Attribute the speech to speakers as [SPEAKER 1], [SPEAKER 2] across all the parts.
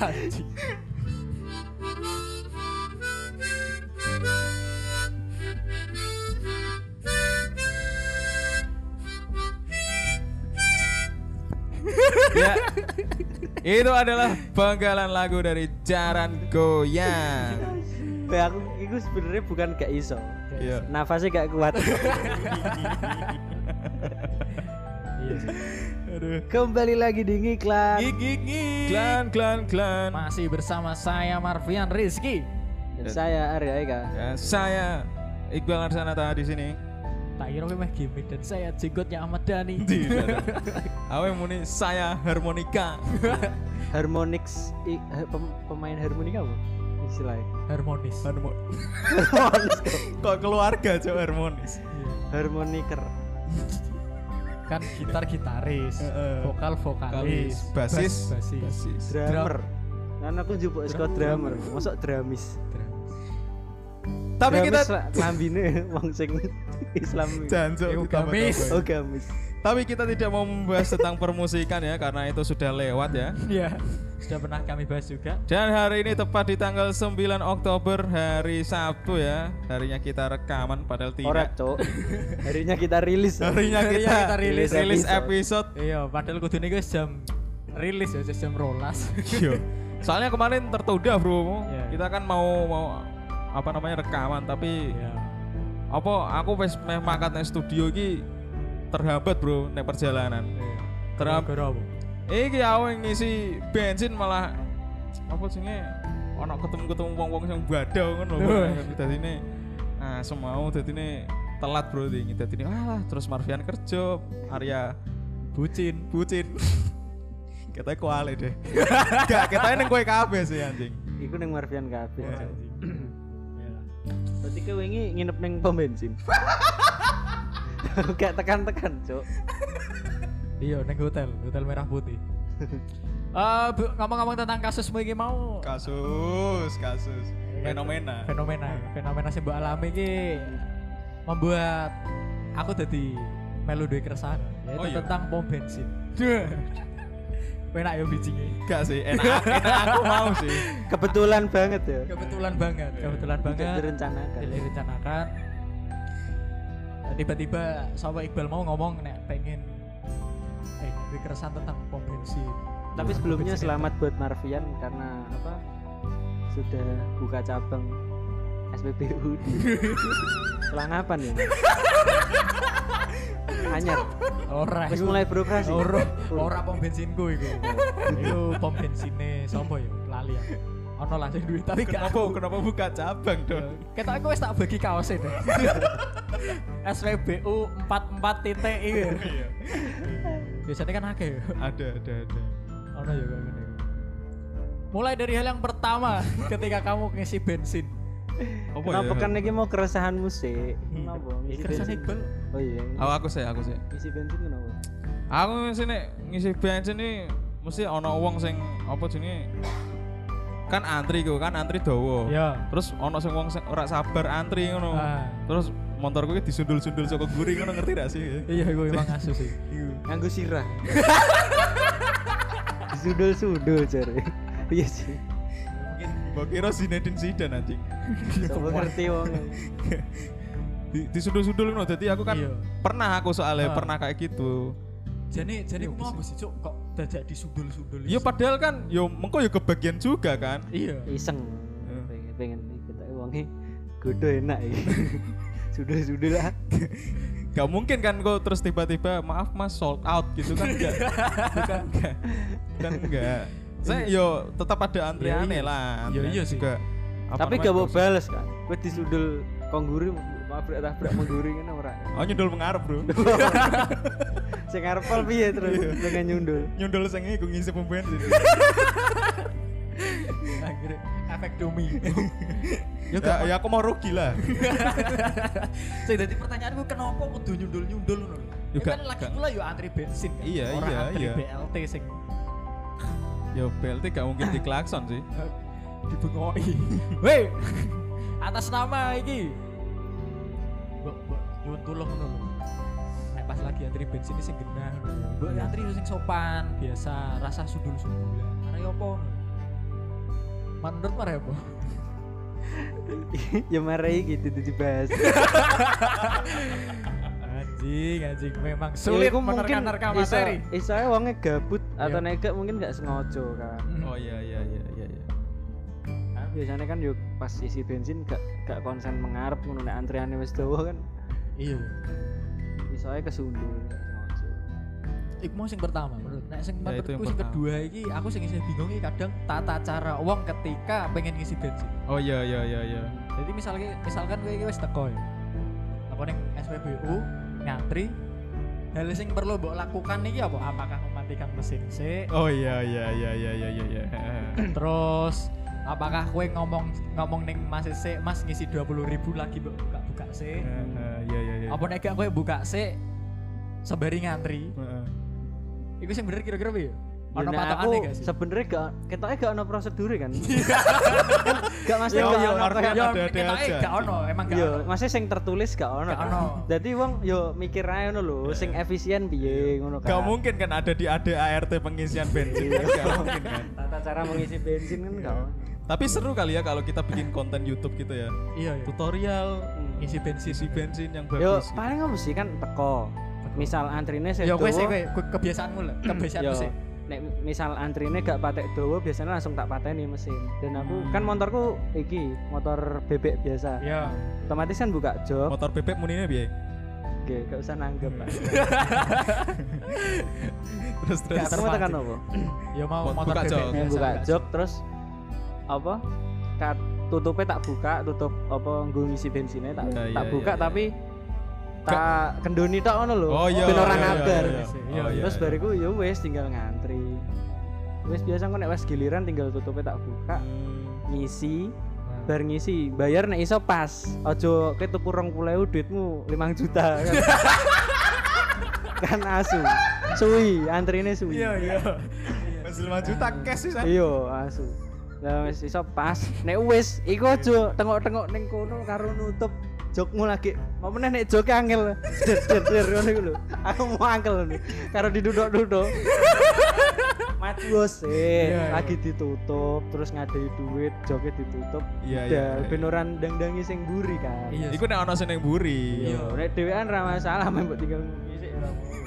[SPEAKER 1] Anjing.
[SPEAKER 2] ya. Itu adalah penggalan lagu dari Jaran Goyang.
[SPEAKER 3] Weh, aku itu sebenarnya bukan gak iso.
[SPEAKER 2] Iya.
[SPEAKER 3] Nafasnya gak kuat.
[SPEAKER 1] Iya sih.
[SPEAKER 2] Aduh. Iya.
[SPEAKER 3] Kembali lagi di ngiklan
[SPEAKER 2] Gig gig gig. Klan klan klan.
[SPEAKER 1] Masih bersama saya Marvian Rizky.
[SPEAKER 3] Dan saya Arya Eka.
[SPEAKER 2] Ya, saya Iqbal Arsanata di sini.
[SPEAKER 1] Tak kira gue meh gimmick dan saya jenggotnya Ahmad Dhani.
[SPEAKER 2] Awe muni saya harmonika.
[SPEAKER 3] Harmonix i- ha- pem- pemain harmonika apa? Istilahnya.
[SPEAKER 1] Harmonis.
[SPEAKER 2] Harmo. Anu, Kok keluarga cok harmonis.
[SPEAKER 3] Harmoniker.
[SPEAKER 1] Kan gitar gitaris,
[SPEAKER 2] Heeh.
[SPEAKER 1] vokal vokalis,
[SPEAKER 2] basis
[SPEAKER 1] bass basis.
[SPEAKER 3] Drummer. Kan aku jupuk sekolah drummer. Masuk dramis.
[SPEAKER 2] Tapi kita
[SPEAKER 3] Dramis lah, lambine wong sing Islam.
[SPEAKER 2] Jancuk,
[SPEAKER 1] Iku
[SPEAKER 2] kita bakal
[SPEAKER 1] gamis.
[SPEAKER 2] bahas.
[SPEAKER 3] Oh gamis.
[SPEAKER 2] Tapi kita tidak mau membahas tentang permusikan ya karena itu sudah lewat ya.
[SPEAKER 1] Iya. Sudah pernah kami bahas juga.
[SPEAKER 2] Dan hari ini tepat di tanggal 9 Oktober hari Sabtu ya. Harinya kita rekaman padahal
[SPEAKER 3] Ora,
[SPEAKER 2] tidak.
[SPEAKER 3] Cok. Harinya kita rilis. Cok.
[SPEAKER 2] Harinya
[SPEAKER 1] Harinya
[SPEAKER 2] kita,
[SPEAKER 1] kita
[SPEAKER 2] rilis
[SPEAKER 1] rilis
[SPEAKER 2] rilis episode.
[SPEAKER 3] episode.
[SPEAKER 1] Iya, padahal kudu gue jam rilis ya, jam rolas.
[SPEAKER 2] Yo. Soalnya kemarin tertunda, Bro.
[SPEAKER 1] Iya.
[SPEAKER 2] Kita kan mau mau apa namanya rekaman tapi
[SPEAKER 1] Iya.
[SPEAKER 2] apa aku wis meh mangkat nang studio iki terhambat, Bro, nek perjalanan. Terham-
[SPEAKER 1] Gara-gara apa?
[SPEAKER 2] Iki aku yang ngisi bensin malah apa sini ono ketemu-ketemu wong-wong sing badau ngono
[SPEAKER 1] Duh.
[SPEAKER 2] lho. Dadine nah semau dadine telat bro ini dadine alah terus Marvian kerja Arya
[SPEAKER 1] Bucin.
[SPEAKER 2] bucin. Katanya kuali deh. Gak, katanya neng kue kabeh sih anjing.
[SPEAKER 3] Iku ning Marvian
[SPEAKER 1] Ya,
[SPEAKER 3] kabeh.
[SPEAKER 2] Iya.
[SPEAKER 3] Cok. Berarti kowe wingi nginep ning pom bensin. Gak tekan-tekan, Cuk.
[SPEAKER 1] Iya, neng hotel, hotel merah putih. Eh, bu- ngomong-ngomong tentang kasusmu ini mau
[SPEAKER 2] Kasus, kasus. Fenomena.
[SPEAKER 1] fenomena, fenomena sing mbok alami iki membuat aku jadi melu duwe keresahan yaitu
[SPEAKER 2] Oh, iya.
[SPEAKER 1] tentang pom bensin. Enak ya bijinya.
[SPEAKER 2] Gak sih, enak, enak aku mau sih.
[SPEAKER 3] Kebetulan banget ya.
[SPEAKER 1] Kebetulan banget, kebetulan Iya.
[SPEAKER 3] Tidak
[SPEAKER 1] banget.
[SPEAKER 3] direncanakan.
[SPEAKER 1] Tidak direncanakan. Eh, Tiba-tiba sama Iqbal mau ngomong nek pengen eh duwe keresahan tentang pom bensin.
[SPEAKER 3] Tapi
[SPEAKER 1] Pom
[SPEAKER 3] sebelumnya
[SPEAKER 1] bensin
[SPEAKER 3] selamat buat Marvian karena apa? Sudah buka cabang SPBU di Langapan ya. Anyar.
[SPEAKER 1] Ora.
[SPEAKER 3] Wis
[SPEAKER 1] iku.
[SPEAKER 3] mulai birokrasi.
[SPEAKER 1] Ora, ora pom bensinku iku. Iku pom bensine sapa ya? Lali aku. Ono lah sing duit tapi
[SPEAKER 2] Kenapa,
[SPEAKER 1] gak aku.
[SPEAKER 2] kenapa buka cabang dong?
[SPEAKER 1] Ketok aku wis tak bagi kaose deh. SWBU 44 titik iku. Biasanya kan akeh ya.
[SPEAKER 2] Ada, ada, ada.
[SPEAKER 1] Ono ya kayak gini. Mulai dari hal yang pertama ketika kamu ngisi bensin.
[SPEAKER 2] Apa ya?
[SPEAKER 3] Kenapa kan ini mau keresahan musik? Kenapa? Ngisi
[SPEAKER 1] ya? Hmm. Keresahan
[SPEAKER 3] bensin.
[SPEAKER 1] Iqbal.
[SPEAKER 3] Oh iya.
[SPEAKER 2] Oh, aku sih, aku sih.
[SPEAKER 3] Isi bensin kenapa?
[SPEAKER 2] Aku ngisi nek ngisi bensin nih mesti ono wong sing apa jenenge kan antri ku, kan antri dawa.
[SPEAKER 1] Iya.
[SPEAKER 2] Terus ono sing wong sing ora sabar antri ngono.
[SPEAKER 1] Ah.
[SPEAKER 2] Terus motorku iki disundul-sundul saka guri ngono ngerti gak sih?
[SPEAKER 1] Iya, iku emang asu sih.
[SPEAKER 3] Nganggo sirah. Sudul-sudul jare. Iya sih.
[SPEAKER 2] Mbok kira Zinedine Zidane anjing.
[SPEAKER 3] Coba ngerti wong.
[SPEAKER 2] Di- Disundul-sundul ngono dadi aku kan
[SPEAKER 1] Iya.
[SPEAKER 2] pernah aku soalnya
[SPEAKER 1] Ah.
[SPEAKER 2] pernah kayak gitu.
[SPEAKER 1] Jadi jadi mau apa sih cuk kok dadak disundul-sundul.
[SPEAKER 2] Ya padahal kan yo mengko yo kebagian juga kan.
[SPEAKER 1] Iya.
[SPEAKER 3] Iseng. Pengen pengen kita wonge godo enak iki. Sudul-sudul ah. lah.
[SPEAKER 2] Gak mungkin kan kok terus tiba-tiba maaf mas sold out gitu kan enggak bukan enggak kan enggak saya yo tetap ada antriannya
[SPEAKER 1] Iya, iya.
[SPEAKER 2] lah
[SPEAKER 1] Iya,
[SPEAKER 2] antrian
[SPEAKER 1] iya sih.
[SPEAKER 2] juga apa
[SPEAKER 3] Tapi
[SPEAKER 2] namanya,
[SPEAKER 3] gak mau
[SPEAKER 2] terus-
[SPEAKER 3] bales kan. Kowe disudul kongguri tabrak-tabrak mengguri ngono ora.
[SPEAKER 2] oh nyundul mengarep bro
[SPEAKER 3] Sing arep pol piye terus pengen nyundul.
[SPEAKER 2] nyundul sing iku ngisi pom
[SPEAKER 3] Ya
[SPEAKER 2] bensin
[SPEAKER 1] Akhirnya efek domi.
[SPEAKER 2] ya, ya aku mau rugi lah
[SPEAKER 1] Saya jadi pertanyaanku kenapa kudu nyundul-nyundul ngono lho.
[SPEAKER 2] Ya
[SPEAKER 1] Ya
[SPEAKER 2] gak-
[SPEAKER 1] kan lagi
[SPEAKER 2] gak.
[SPEAKER 1] pula yo antri bensin kan.
[SPEAKER 2] Iya,
[SPEAKER 1] Orang
[SPEAKER 2] iya,
[SPEAKER 1] antri
[SPEAKER 2] iya.
[SPEAKER 1] BLT sing
[SPEAKER 2] ya BLT gak mungkin diklakson sih
[SPEAKER 1] eh, dibengoi. Weh. Atas nama iki. Mbok mbok nyuwun tulung ngono lho. Nek pas lagi antri bensin ini sing genah mbok ya antri sing sopan biasa rasa sundul-sundul arek opo menurut mare opo
[SPEAKER 3] ya marai gitu tuh dibahas
[SPEAKER 1] anjing anjing memang
[SPEAKER 3] Ya,
[SPEAKER 1] sulit
[SPEAKER 3] iku
[SPEAKER 1] menerka nerka materi
[SPEAKER 3] iso isoe wonge gabut atau
[SPEAKER 1] Iya.
[SPEAKER 3] nek gak mungkin gak sengaja kan
[SPEAKER 1] Hmm.
[SPEAKER 2] Oh iya iya iya iya. iya.
[SPEAKER 3] Nah, biasanya kan yuk pas isi bensin gak gak konsen mengarep ngono nek antriane wis dawa kan
[SPEAKER 1] iya
[SPEAKER 3] isoe kesundul gak sengaja Ya,
[SPEAKER 1] iku mau sing pertama menurut nek sing
[SPEAKER 2] Ya, itu yang
[SPEAKER 1] menurutku sing
[SPEAKER 2] pertama.
[SPEAKER 1] kedua iki aku sing isih bingung iki kadang tata cara wong ketika pengen ngisi bensin
[SPEAKER 2] Oh iya iya iya iya.
[SPEAKER 1] jadi misalnya misalkan gue iki wis teko ya apa ning SPBU ngantri hal sing perlu mbok lakukan iki apa apakah mematikan mesin sik
[SPEAKER 2] Oh iya iya iya iya iya iya. iya.
[SPEAKER 1] terus apakah kue ngomong ngomong ning mas sik mas ngisi 20.000 ribu lagi mbok buka buka sik
[SPEAKER 2] Heeh, Iya iya iya.
[SPEAKER 1] apa nek gak kue buka sik sebari ngantri
[SPEAKER 2] Heeh.
[SPEAKER 1] iku sing bener kira-kira piye
[SPEAKER 3] Ya,
[SPEAKER 1] ana
[SPEAKER 3] nek
[SPEAKER 1] patokane
[SPEAKER 3] aku
[SPEAKER 1] gak sih Iya.
[SPEAKER 3] sebenernya gak ketoknya gak ono prosedur kan gak mesti
[SPEAKER 2] Yo,
[SPEAKER 3] gak
[SPEAKER 2] yo,
[SPEAKER 3] ono
[SPEAKER 2] artinya
[SPEAKER 1] Yo,
[SPEAKER 2] ada-ada
[SPEAKER 1] ketoknya
[SPEAKER 2] aja.
[SPEAKER 1] gak ono emang gak
[SPEAKER 3] yo
[SPEAKER 1] ono
[SPEAKER 3] masih sing tertulis gak ono
[SPEAKER 1] Gak
[SPEAKER 3] kan
[SPEAKER 1] ono. Iya,
[SPEAKER 3] jadi wong yo mikir aja ngono lho sing efisien piye ngono kan Iya.
[SPEAKER 2] Gak mungkin kan ada di ADART pengisian bensin. kan? Gak mungkin kan.
[SPEAKER 3] tata cara mengisi bensin kan gak ono
[SPEAKER 2] Tapi seru kali ya kalau kita bikin konten YouTube gitu ya.
[SPEAKER 1] iya iya
[SPEAKER 2] Tutorial
[SPEAKER 1] ngisi bensin
[SPEAKER 2] isi bensin yang bagus.
[SPEAKER 3] yo
[SPEAKER 2] gitu.
[SPEAKER 3] paling apa sih kan teko misal antrine saya
[SPEAKER 1] Ya kowe sih kowe kowe kebiasaanmu lah, kebiasaanmu sih.
[SPEAKER 3] nek misal antrine gak patek dawa biasanya langsung tak pateni mesin dan aku
[SPEAKER 2] Hmm.
[SPEAKER 3] kan motorku iki motor bebek biasa
[SPEAKER 2] Iya.
[SPEAKER 1] Ya.
[SPEAKER 3] otomatis kan buka jok
[SPEAKER 2] Motor bebek muninya biye.
[SPEAKER 3] oke gak usah nanggep Pak.
[SPEAKER 2] Hmm. Terus terus.
[SPEAKER 1] Gak
[SPEAKER 3] terus
[SPEAKER 1] terpancing.
[SPEAKER 3] tekan kan
[SPEAKER 2] Iya,
[SPEAKER 3] apa
[SPEAKER 1] Ya mau
[SPEAKER 2] Buka
[SPEAKER 1] motor
[SPEAKER 2] jok.
[SPEAKER 1] bebek
[SPEAKER 3] Nek
[SPEAKER 1] biasa.
[SPEAKER 3] buka jok terus apa kat tutupnya tak buka tutup apa nggo ngisi bensinnya tak
[SPEAKER 2] Iya,
[SPEAKER 3] tak
[SPEAKER 2] iya,
[SPEAKER 3] buka
[SPEAKER 2] iya, iya.
[SPEAKER 3] tapi tak kendoni tok ngono lho
[SPEAKER 2] Oh iya.
[SPEAKER 3] ben
[SPEAKER 2] iya,
[SPEAKER 3] ora
[SPEAKER 2] iya,
[SPEAKER 3] ngabar
[SPEAKER 2] iya, iya.
[SPEAKER 1] Iya,
[SPEAKER 2] Oh, iya,
[SPEAKER 3] terus
[SPEAKER 2] iya.
[SPEAKER 3] bariku ya wis tinggal ngantri wis biasa kok nek wis giliran tinggal tutupnya tak buka ngisi
[SPEAKER 1] Nah,
[SPEAKER 3] bar ngisi bayar nek iso pas ojo ke tuku 20.000 duitmu 5 juta kan, kan asu suwi antrine suwi
[SPEAKER 1] Iya, iya.
[SPEAKER 2] Mas 5 juta cash sih. San.
[SPEAKER 3] iya asu nah wis iso pas nek wis iku aja tengok-tengok ning kono karo nutup jokmu lagi mau meneh nek joke angel der der der ngono iku lho aku mau angel ngono karo diduduk-duduk maju wis eh.
[SPEAKER 1] iya.
[SPEAKER 3] lagi ditutup terus ngadai duit joke ditutup
[SPEAKER 2] Iya, iya,
[SPEAKER 3] iya
[SPEAKER 2] iya,
[SPEAKER 3] ben ora ndang-ndangi sing mburi kan
[SPEAKER 1] Iya.
[SPEAKER 2] Iku nek ono sing neng buri.
[SPEAKER 3] Yo,
[SPEAKER 1] Iya.
[SPEAKER 3] nek dhewean ra masalah men mbok tinggal ngomong sik ora apa-apa.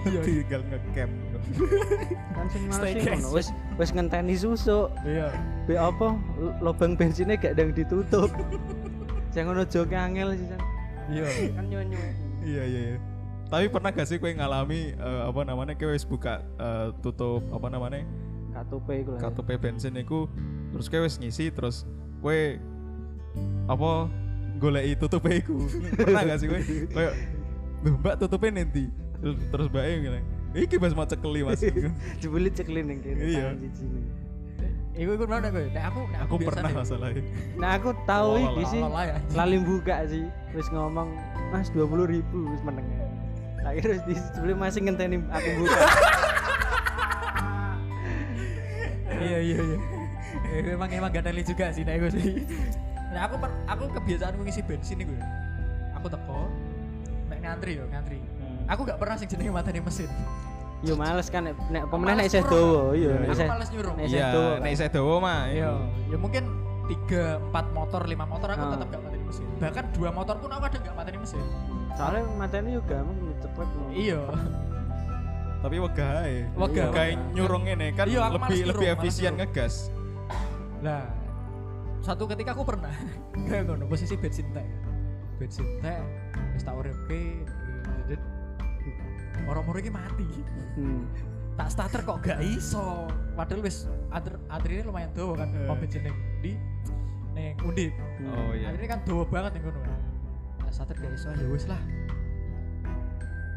[SPEAKER 1] Iya.
[SPEAKER 2] Tinggal ngecamp.
[SPEAKER 3] Kan sing males
[SPEAKER 1] Stay
[SPEAKER 3] sih ngono wis
[SPEAKER 1] guys.
[SPEAKER 3] wis ngenteni susuk.
[SPEAKER 1] Iya.
[SPEAKER 3] Be apa l- lubang bensinnya gak ada yang ditutup. Saya ngono joke angel sih San.
[SPEAKER 1] Iya.
[SPEAKER 3] kan nyonyo.
[SPEAKER 2] Iya iya. iya. Tapi pernah gak sih kowe ngalami eh, apa namanya kowe wis buka eh, tutup apa namanya
[SPEAKER 3] Katupe iku lah.
[SPEAKER 2] KTP bensin iku terus kowe wis ngisi terus kowe apa goleki tutupe iku. pernah gak sih kowe koyo "Duh, Mbak tutupe nanti terus, terus mbak bilang iki mas mau cekeli mas
[SPEAKER 3] Jebule ceklin yang kene.
[SPEAKER 2] Iya.
[SPEAKER 3] tangan siji ini.
[SPEAKER 1] Iku iku mana kowe? Nek aku nek
[SPEAKER 2] aku
[SPEAKER 1] biasa
[SPEAKER 2] pernah
[SPEAKER 1] nih,
[SPEAKER 2] masalahnya
[SPEAKER 3] Nah aku tahu
[SPEAKER 2] Lola,
[SPEAKER 3] iki sih.
[SPEAKER 1] lola ya.
[SPEAKER 3] Lali buka sih. Wis ngomong Mas 20.000 wis meneng. Tak kira wis di- jebule masih ngenteni aku buka.
[SPEAKER 1] Iya iya iya. Eh, Emang emang gak teli juga sih nek iku sih. Nek aku per- aku kebiasaanku ngisi bensin iku. ya. Aku teko nek ngantri yo ngantri. Aku gak pernah sing jenenge mateni mesin.
[SPEAKER 3] Yo males kan nek nek pemenang nek
[SPEAKER 1] Males
[SPEAKER 3] isih
[SPEAKER 1] nyuruh.
[SPEAKER 3] dawa, iya nek
[SPEAKER 1] Aku
[SPEAKER 3] isih
[SPEAKER 1] males nyuruh.
[SPEAKER 3] nek isih
[SPEAKER 2] iya
[SPEAKER 3] dawa.
[SPEAKER 2] nek isih dawa mah
[SPEAKER 1] Iya, ya mungkin tiga empat motor lima motor aku
[SPEAKER 3] Ah.
[SPEAKER 1] tetap gak mateni mesin. Bahkan dua motor pun aku ada gak mateni mesin.
[SPEAKER 3] Soalnya mateni yo gampang cepet.
[SPEAKER 1] Iya.
[SPEAKER 2] tapi wegah ae
[SPEAKER 1] Wegah.
[SPEAKER 2] wegah nyurung ngene kan
[SPEAKER 1] Iya, aku malas
[SPEAKER 2] lebih
[SPEAKER 1] nyuruh,
[SPEAKER 2] lebih
[SPEAKER 1] malas
[SPEAKER 2] efisien
[SPEAKER 1] nyuruh.
[SPEAKER 2] ngegas
[SPEAKER 1] Nah, satu ketika aku pernah kayak ngono posisi bensin tek. Bensin tek wis tak uripke dedet. Moro-moro iki mati.
[SPEAKER 3] Hmm.
[SPEAKER 1] Tak starter kok gak iso. Padahal wis antri antrine lumayan dawa kan
[SPEAKER 2] Eh.
[SPEAKER 1] pom bensin ning di ning Undip.
[SPEAKER 2] oh iya
[SPEAKER 1] Akhirnya kan dawa banget ning kono. Nah, starter gak iso ya wis lah.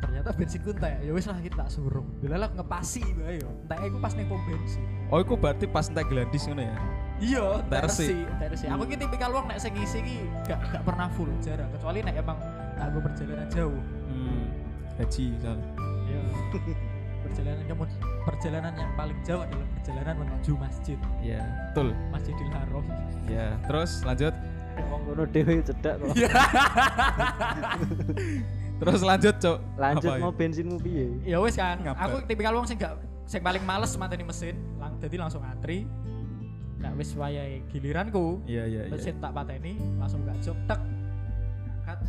[SPEAKER 1] Ternyata bensinku entek. Ya wis lah kita tak suruh. Lah aku ngepasi bae yo. Enteke iku pas ning pom bensin.
[SPEAKER 2] oh iku berarti pas entek gladis ngono ya
[SPEAKER 1] Iya,
[SPEAKER 2] Tersi.
[SPEAKER 1] tersi, tersi. Aku ki tipikal wong nek sing ngisi ki gak gak pernah full jarang, kecuali nek emang tak gue perjalanan jauh.
[SPEAKER 2] hmm. haji misal
[SPEAKER 1] Iya. perjalanan kamu perjalanan yang paling jauh adalah perjalanan menuju masjid.
[SPEAKER 2] ya betul
[SPEAKER 1] Masjidil Haram.
[SPEAKER 2] ya terus lanjut
[SPEAKER 3] Nek wong kono dhewe cedak kok.
[SPEAKER 1] Iya.
[SPEAKER 2] Terus lanjut, Cok.
[SPEAKER 3] Lanjut
[SPEAKER 2] Apa ya?
[SPEAKER 3] mau bensinmu piye?
[SPEAKER 1] ya wes kan
[SPEAKER 2] Ngapet.
[SPEAKER 1] aku tipikal wong sing gak sing paling males mateni mesin lang, jadi langsung antri nah wis wayahe giliranku
[SPEAKER 2] Iya, iya, iya.
[SPEAKER 1] mesin tak pateni langsung gak jok tek ngangkat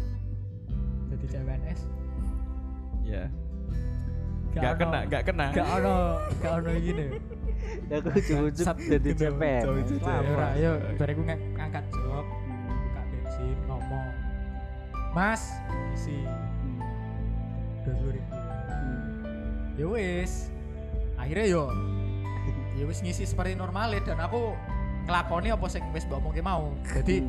[SPEAKER 1] jadi CPNS
[SPEAKER 2] Iya. Gak kena, gak kena.
[SPEAKER 1] gak ono gak ono gini
[SPEAKER 3] Ya aku ujug-ujug
[SPEAKER 1] Sat-
[SPEAKER 3] jadi
[SPEAKER 1] gitu,
[SPEAKER 3] cepen.
[SPEAKER 2] ujug-ujug.
[SPEAKER 1] Wah,
[SPEAKER 2] Iya,
[SPEAKER 1] ora
[SPEAKER 2] Mas.
[SPEAKER 1] ayo bariku ngak- ngangkat jok buka bensin ngomong mas isi dua ya wis akhirnya yo ya wis ngisi seperti normal dan aku ngelakoni apa sing wis mbok omongke mau jadi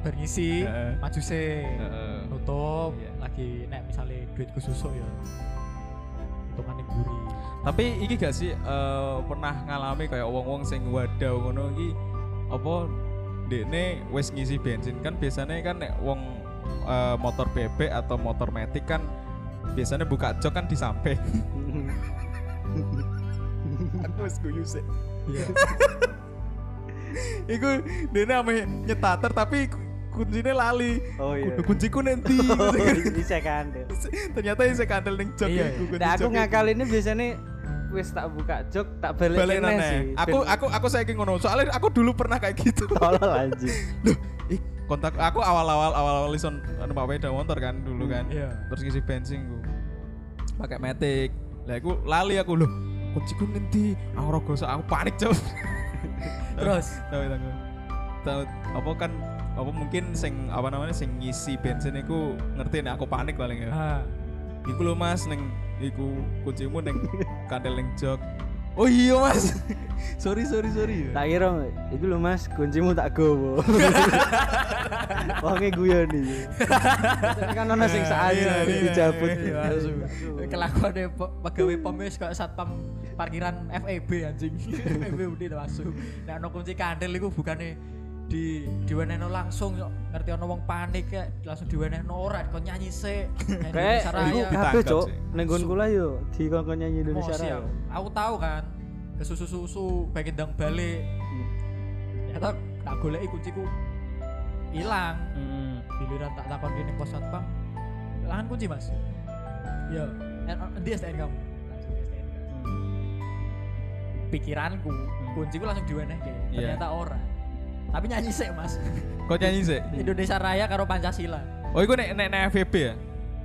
[SPEAKER 1] bar ngisi
[SPEAKER 2] Heeh.
[SPEAKER 1] maju se
[SPEAKER 2] Heeh.
[SPEAKER 1] nutup
[SPEAKER 2] Iya.
[SPEAKER 1] lagi nek misalnya duitku susuk ya hitungannya buri
[SPEAKER 2] Tapi iki gak sih eh, pernah ngalami kayak wong-wong sing wadaw ngono iki apa dekne wis ngisi bensin kan biasanya kan nek wong eh, motor bebek atau motor metik kan biasanya buka jok kan di samping.
[SPEAKER 3] Hmm.
[SPEAKER 2] Aku wis guyu sih.
[SPEAKER 1] iya
[SPEAKER 2] Iku dene ame nyetater tapi ku- kuncinya lali.
[SPEAKER 3] Oh iya. Oh,
[SPEAKER 2] Kudu kunciku nanti.
[SPEAKER 3] Bisa kan. Dek.
[SPEAKER 2] Ternyata isi kandel ning jok
[SPEAKER 1] Iya,
[SPEAKER 2] iku,
[SPEAKER 1] iya.
[SPEAKER 2] kunci
[SPEAKER 3] Nah, aku
[SPEAKER 2] jok iku.
[SPEAKER 3] ngakalinnya biasanya wis tak buka jok tak balik
[SPEAKER 2] balik nane. Aku aku aku saiki ngono. Soalnya aku dulu pernah kayak gitu.
[SPEAKER 3] tolol anjing.
[SPEAKER 2] Duh, ih, kontak aku awal-awal awal-awal lison numpak sepeda motor kan dulu kan.
[SPEAKER 1] iya.
[SPEAKER 2] Terus ngisi bensin ku. Pakai metik. Lah aku lali aku loh. Kunciku nanti aku ora gosok aku panik coba.
[SPEAKER 1] Terus?
[SPEAKER 2] tahu tahu. Tahu apa kan apa mungkin sing apa namanya sing ngisi bensin iku ngerti nek aku panik paling ya.
[SPEAKER 1] Ah.
[SPEAKER 2] Iku lho Mas ning iku kuncimu ning kandel ning jok. Oh iya Mas. sorry sorry sorry. ya.
[SPEAKER 3] Tak kira iku lho Mas, kuncimu tak gowo. Wonge guyoni. Tapi kan ono sing sak
[SPEAKER 2] Iya,
[SPEAKER 3] aja
[SPEAKER 2] iya,
[SPEAKER 3] dijabut.
[SPEAKER 2] iya,
[SPEAKER 1] kelakuan pegawai pom wis kayak satpam parkiran FEB anjing E FEB udah masuk nah no kunci kandel itu bukannya di diwenehno langsung yo ngerti ono wong panik ya langsung diwenehno ora kok nyanyi sik nyanyi
[SPEAKER 3] Kayak iku
[SPEAKER 1] Indonesia Raya.
[SPEAKER 2] kita-
[SPEAKER 3] kabeh
[SPEAKER 2] Ditangkap
[SPEAKER 3] cok.
[SPEAKER 2] sih.
[SPEAKER 3] Ning nggon kula yo dikongkon nyanyi Indonesia
[SPEAKER 2] Oh,
[SPEAKER 1] Emosi
[SPEAKER 3] Raya.
[SPEAKER 1] aku. Oh, aku tahu kan kesusu-susu pengen dang balik
[SPEAKER 3] Hmm.
[SPEAKER 1] ternyata tak goleki kunciku hilang
[SPEAKER 2] Hmm.
[SPEAKER 1] giliran tak takon gini pos satpam lahan kunci mas ya dia STN kamu langsung STN
[SPEAKER 2] hmm.
[SPEAKER 1] pikiranku kunciku langsung diwenehke
[SPEAKER 2] Iya.
[SPEAKER 1] ternyata ora tapi nyanyi sik mas
[SPEAKER 2] Kok nyanyi sih?
[SPEAKER 1] Indonesia Raya karo Pancasila E
[SPEAKER 2] Oh iku nek nek nek FVP ya?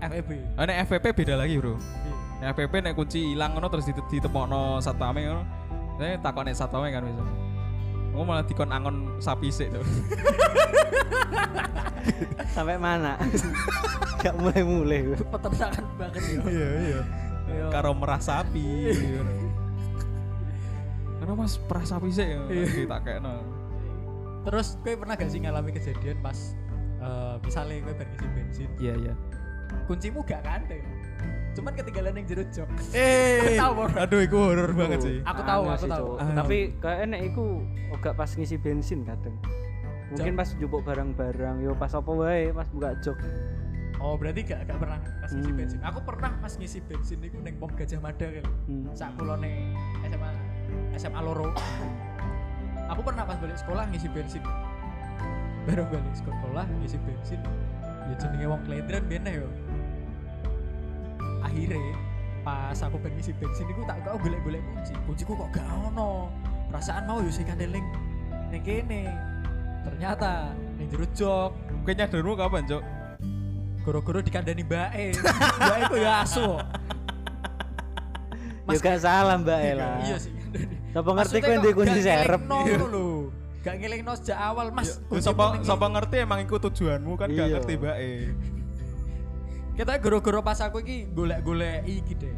[SPEAKER 1] FEB
[SPEAKER 2] Oh, nek FVP beda lagi bro.
[SPEAKER 1] Iya.
[SPEAKER 2] Nek FVP nek kunci ilang ngono terus dite- ditemokno satpame ngono. Saya takon nek satpame kan bisa. Aku malah dikon angon sapi sik tuh.
[SPEAKER 3] Sampai mana? Gak mulai-mulai. gue.
[SPEAKER 1] peternakan banget ya
[SPEAKER 2] iya.
[SPEAKER 1] Iya.
[SPEAKER 2] Karo merah sapi. Karena mas perah sapi sik ya. Kita kayak
[SPEAKER 1] terus gue pernah gak sih ngalami kejadian pas eh, misalnya gue pengen ngisi bensin
[SPEAKER 2] Iya iya.
[SPEAKER 1] kuncimu gak kante cuman ketinggalan yang jero jok
[SPEAKER 2] Eh.
[SPEAKER 1] Ketawa.
[SPEAKER 2] Aduh, iku horor banget sih.
[SPEAKER 1] Aku tahu,
[SPEAKER 3] Aneh
[SPEAKER 1] aku
[SPEAKER 3] sih,
[SPEAKER 1] tahu.
[SPEAKER 3] Cok.
[SPEAKER 2] Aneh.
[SPEAKER 3] Tapi kayaknya nek iku ora pas ngisi bensin kadang. Mungkin pas jupuk barang-barang yo pas apa wae, pas buka jok.
[SPEAKER 1] oh berarti gak, gak pernah pas ngisi
[SPEAKER 3] Hmm.
[SPEAKER 1] bensin aku pernah pas ngisi bensin itu neng pom Gajah Mada kali
[SPEAKER 3] Hmm.
[SPEAKER 1] saat kulone SMA SMA loro aku pernah pas balik sekolah ngisi bensin baru balik sekolah ngisi bensin ya jenenge wong kledren biyen yo akhirnya pas aku pengen ngisi bensin iku tak kok golek-golek kunci kunciku kok gak ono perasaan mau yo sing kandeling ning kene ternyata ning jero jok
[SPEAKER 2] Kowe nyadarmu kapan, Cok?
[SPEAKER 1] goro-goro dikandani mbake mbake ku ya asu
[SPEAKER 3] Yo gak salah Mbak Ela.
[SPEAKER 1] iya sih kandani.
[SPEAKER 3] Sapa ngerti
[SPEAKER 1] Maksudnya
[SPEAKER 3] kowe duwe
[SPEAKER 1] kok
[SPEAKER 3] kunci
[SPEAKER 1] gak
[SPEAKER 3] serep.
[SPEAKER 1] ngelingno ngono lho. Gak ngelingno sejak awal, Mas.
[SPEAKER 2] Ya, Sapa sapa ngerti emang iku tujuanmu kan gak
[SPEAKER 3] Iya.
[SPEAKER 2] ngerti bae.
[SPEAKER 1] Kita goro-goro pas aku iki golek-golek iki deh.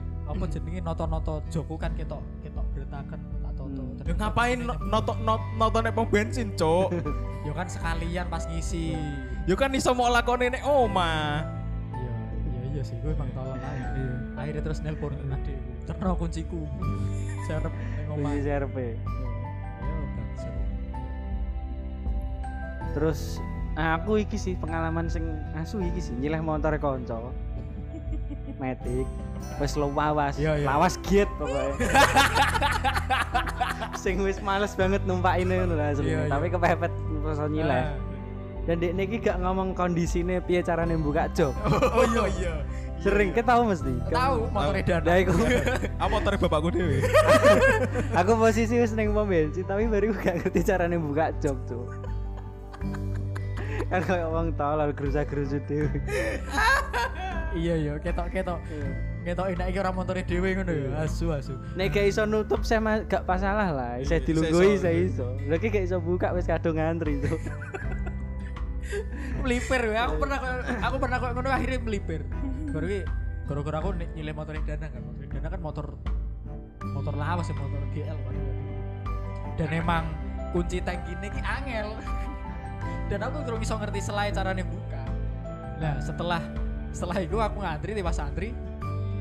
[SPEAKER 3] Hmm.
[SPEAKER 1] Apa jenenge noto-noto Joko kan ketok ketok beritakan tak toto.
[SPEAKER 3] Hmm.
[SPEAKER 1] Ternyata
[SPEAKER 2] Ya, ngapain
[SPEAKER 1] ini-
[SPEAKER 2] no- noto not, notone pom bensin, Cok?
[SPEAKER 1] Ya kan sekalian pas ngisi.
[SPEAKER 2] Yo kan iso mau lakoni nek omah.
[SPEAKER 1] Iya, iya iya sih gue emang tolong aja. Iya. Akhirnya terus nelpon adikku. Terno kunciku. Serep neng omah.
[SPEAKER 3] Kunci serep. e.
[SPEAKER 1] Ya, bangsat.
[SPEAKER 3] Terus eh, aku iki sih pengalaman sing asu iki sih nyileh motor konco. Matic. Wis lu lawas,
[SPEAKER 1] Iya, iya.
[SPEAKER 3] lawas giat pokoknya. sing wis males banget numpakine ngono lah
[SPEAKER 1] Iya,
[SPEAKER 3] sebenarnya.
[SPEAKER 1] iya.
[SPEAKER 3] Tapi kepepet terus nyileh.
[SPEAKER 1] Ah,
[SPEAKER 3] dan dek niki gak ngomong kondisine piye carane buka jok
[SPEAKER 1] Oh iya iya.
[SPEAKER 3] sering kita tahu mesti
[SPEAKER 1] Tahu motor edan.
[SPEAKER 3] Nah, iku.
[SPEAKER 2] Apa motor bapakku dhewe?
[SPEAKER 3] aku posisi wis ning pom bensin tapi baru aku gak ngerti carane buka jok tuh kan kayak wong tol lalu gerusa gerusu dewe
[SPEAKER 1] Iya iya ketok ketok. Ketok enak iki ora motore dhewe ngono ya. Asu asu.
[SPEAKER 3] nek gak iso nutup saya mah gak masalah lah saya
[SPEAKER 2] Iya,
[SPEAKER 3] dilunggui
[SPEAKER 2] saya
[SPEAKER 3] saya
[SPEAKER 2] iso.
[SPEAKER 3] iso lagi gak iso buka wis kadung ngantri tuh
[SPEAKER 1] Melipir ya. Aku pernah koyo- aku pernah koyo ngono akhirnya melipir. Baru iki gara-gara aku ny- nyilih motor edan kan. Motor edan kan motor motor lawas ya motor GL kan. Dan emang kunci tangkine iki angel. Dan aku kurang iso ngerti selai carane buka. Nah, setelah setelah itu aku ngantri di pas antri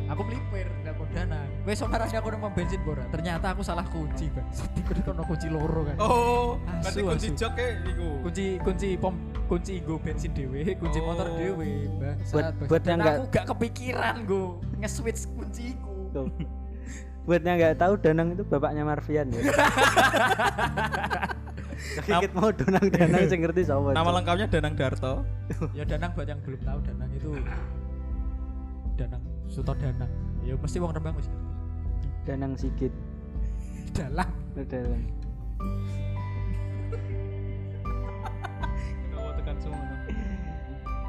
[SPEAKER 1] aku melipir dan kodana wes somarane aku nemu bensin bora ternyata aku salah kunci bang sedih kudu kono kunci loro kan
[SPEAKER 2] Oh, berarti
[SPEAKER 1] Asu,
[SPEAKER 2] kunci
[SPEAKER 1] asu.
[SPEAKER 2] jok e iku.
[SPEAKER 1] kunci kunci pom kunci go bensin dewe kunci
[SPEAKER 2] Oh.
[SPEAKER 1] motor dewe bang
[SPEAKER 3] Buat- buat yang
[SPEAKER 1] dan aku gak kepikiran go nge-switch kunciku
[SPEAKER 3] Tuh. Buat yang nggak tahu Danang itu bapaknya Marvian ya. Sedikit mau Danang Danang sing ngerti sapa.
[SPEAKER 2] Nama
[SPEAKER 3] Cok.
[SPEAKER 2] lengkapnya Danang Darto.
[SPEAKER 1] ya danang buat yang belum tahu danang itu danang suto danang ya mesti wong rembang wis
[SPEAKER 3] Danang Sigit.
[SPEAKER 1] dalang
[SPEAKER 3] Itu Danang.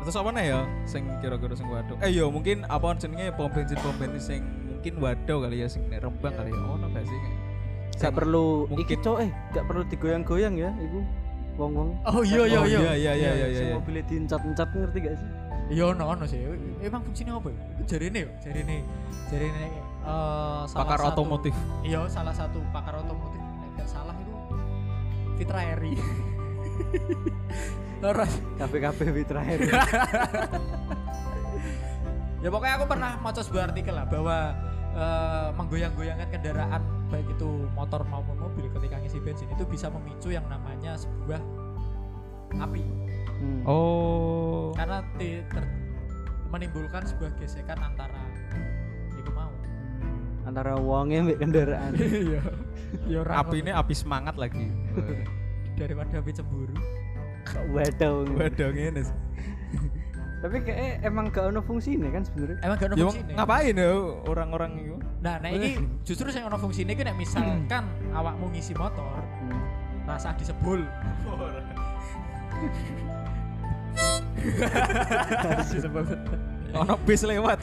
[SPEAKER 2] Terus apa nih ya? Sing kira-kira sing waduh. Eh yo mungkin apa jenenge pom bensin pom bensin sing mungkin waduh kali ya sing nek Rembang kali ya. Ono gak sih kayak.
[SPEAKER 3] Gak perlu iki
[SPEAKER 2] mungkin-
[SPEAKER 3] Cok, eh gak perlu digoyang-goyang ya iku. Wong-wong.
[SPEAKER 1] oh iya iya
[SPEAKER 2] Oh,
[SPEAKER 1] iya
[SPEAKER 2] iya iya iya iya.
[SPEAKER 3] Sing
[SPEAKER 2] iya.
[SPEAKER 3] mobilnya diencat-encat ngerti gak sih?
[SPEAKER 1] iya ono ono sih emang fungsinya apa ya jarine yo jarine jarine eh salah
[SPEAKER 2] Pakar
[SPEAKER 1] satu-
[SPEAKER 2] otomotif.
[SPEAKER 1] Iya, salah satu pakar otomotif nek gak salah itu Fitra Eri. Terus
[SPEAKER 3] KPKP terakhir.
[SPEAKER 1] ya pokoknya aku pernah maca sebuah artikel lah bahwa eh, menggoyang-goyangkan kendaraan baik itu motor maupun mobil ketika ngisi bensin itu bisa memicu yang namanya sebuah api
[SPEAKER 3] Hmm.
[SPEAKER 2] Oh.
[SPEAKER 1] karena ti- ter- menimbulkan sebuah gesekan antara itu mau
[SPEAKER 3] Hmm. Antara wonge mbek kendaraan.
[SPEAKER 1] iya ya ora
[SPEAKER 2] Api ini api semangat lagi.
[SPEAKER 1] ngono. daripada api cemburu
[SPEAKER 3] Kok Waduh.
[SPEAKER 2] Waduh ngene. sih.
[SPEAKER 3] Tapi kayak emang gak ono fungsinya kan sebenarnya.
[SPEAKER 1] emang gak ada
[SPEAKER 2] Ya wong
[SPEAKER 1] fungsinya?
[SPEAKER 2] ngapain ya orang-orang itu?
[SPEAKER 1] Nah, nek iki justru sing ono fungsine iki nek misalkan awakmu ngisi motor,
[SPEAKER 3] Hmm.
[SPEAKER 1] rasa disebul. disebul.
[SPEAKER 2] Ono bis lewat.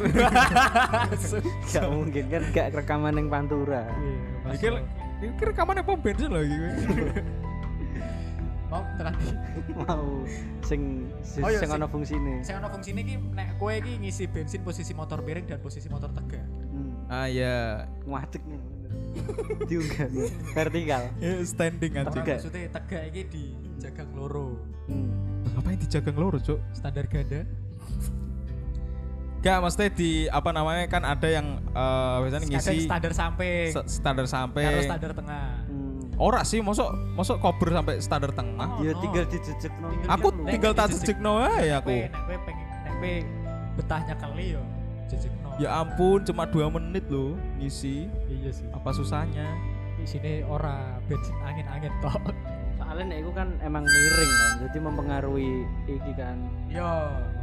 [SPEAKER 3] Gak mungkin kan gak rekaman yang pantura.
[SPEAKER 1] Iya,
[SPEAKER 2] Iki iki rekamannya pom bensin lho iki.
[SPEAKER 1] Mau terapi.
[SPEAKER 3] mau sing sing,
[SPEAKER 1] Oh, iya,
[SPEAKER 3] sing
[SPEAKER 1] sing-
[SPEAKER 3] ana fungsine.
[SPEAKER 1] Sing ono fungsine iki nek kowe iki ngisi bensin posisi motor miring dan posisi motor tegak.
[SPEAKER 3] Hmm,
[SPEAKER 2] Ah ya,
[SPEAKER 3] ngadeg nih. Diunggah nih, vertikal.
[SPEAKER 2] Ya, standing
[SPEAKER 1] Tapi
[SPEAKER 2] anjing.
[SPEAKER 3] Tegak.
[SPEAKER 1] maksudnya tegak iki dijaga loro.
[SPEAKER 3] Hmm.
[SPEAKER 2] Ngapain dijagang loro, Cuk?
[SPEAKER 1] Standar ganda.
[SPEAKER 2] Gak, maksudnya di apa namanya kan ada yang eh, biasanya
[SPEAKER 1] Kadang
[SPEAKER 2] ngisi
[SPEAKER 1] standar samping.
[SPEAKER 2] sta- standar
[SPEAKER 1] Karo
[SPEAKER 2] sampai
[SPEAKER 1] standar tengah.
[SPEAKER 3] Hmm.
[SPEAKER 2] ora sih mosok mosok kober sampai standar tengah.
[SPEAKER 1] Oh,
[SPEAKER 3] Ya
[SPEAKER 1] no.
[SPEAKER 3] tinggal dijejek no.
[SPEAKER 1] Tinggal
[SPEAKER 2] aku
[SPEAKER 1] iya,
[SPEAKER 2] tinggal
[SPEAKER 1] iya,
[SPEAKER 2] tak
[SPEAKER 1] jejeg.
[SPEAKER 2] jejegno wae
[SPEAKER 1] Kowe
[SPEAKER 2] aku.
[SPEAKER 1] nek kowe pengen nek kowe betahnya kali yo jejekno.
[SPEAKER 2] Ya ampun, cuma dua menit loh ngisi.
[SPEAKER 1] Iya sih.
[SPEAKER 2] Apa susahnya?
[SPEAKER 1] di sini ora bensin angin-angin tok.
[SPEAKER 3] Soalnya nek iku kan emang miring kan, jadi mempengaruhi iki kan.
[SPEAKER 1] Yo,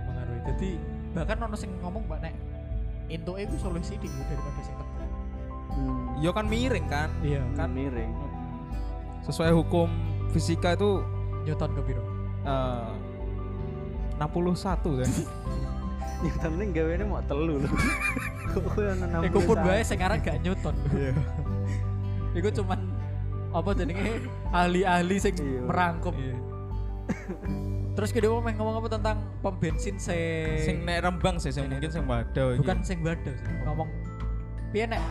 [SPEAKER 1] mempengaruhi. Jadi bahkan ono sing ngomong mbak nek itu itu solusi di daripada sing tegak.
[SPEAKER 3] Hmm.
[SPEAKER 2] Ya kan miring kan?
[SPEAKER 1] Iya.
[SPEAKER 3] Kan miring.
[SPEAKER 2] Sesuai hukum fisika itu
[SPEAKER 1] Newton ke biru.
[SPEAKER 2] eh, 61 kan.
[SPEAKER 3] Ya temen gawene mau telu lho. Kok ana nang.
[SPEAKER 1] Iku pun bae sekarang gak Newton.
[SPEAKER 2] Iya.
[SPEAKER 1] Iku cuman apa jenenge ahli-ahli sing
[SPEAKER 3] Iya.
[SPEAKER 1] merangkum. Terus kene mau ngomong apa tentang pom bensin se
[SPEAKER 2] Sing iya. nek Rembang sih sing mungkin sing wadah iki.
[SPEAKER 1] bukan sing wadah sih. Ngomong piye nek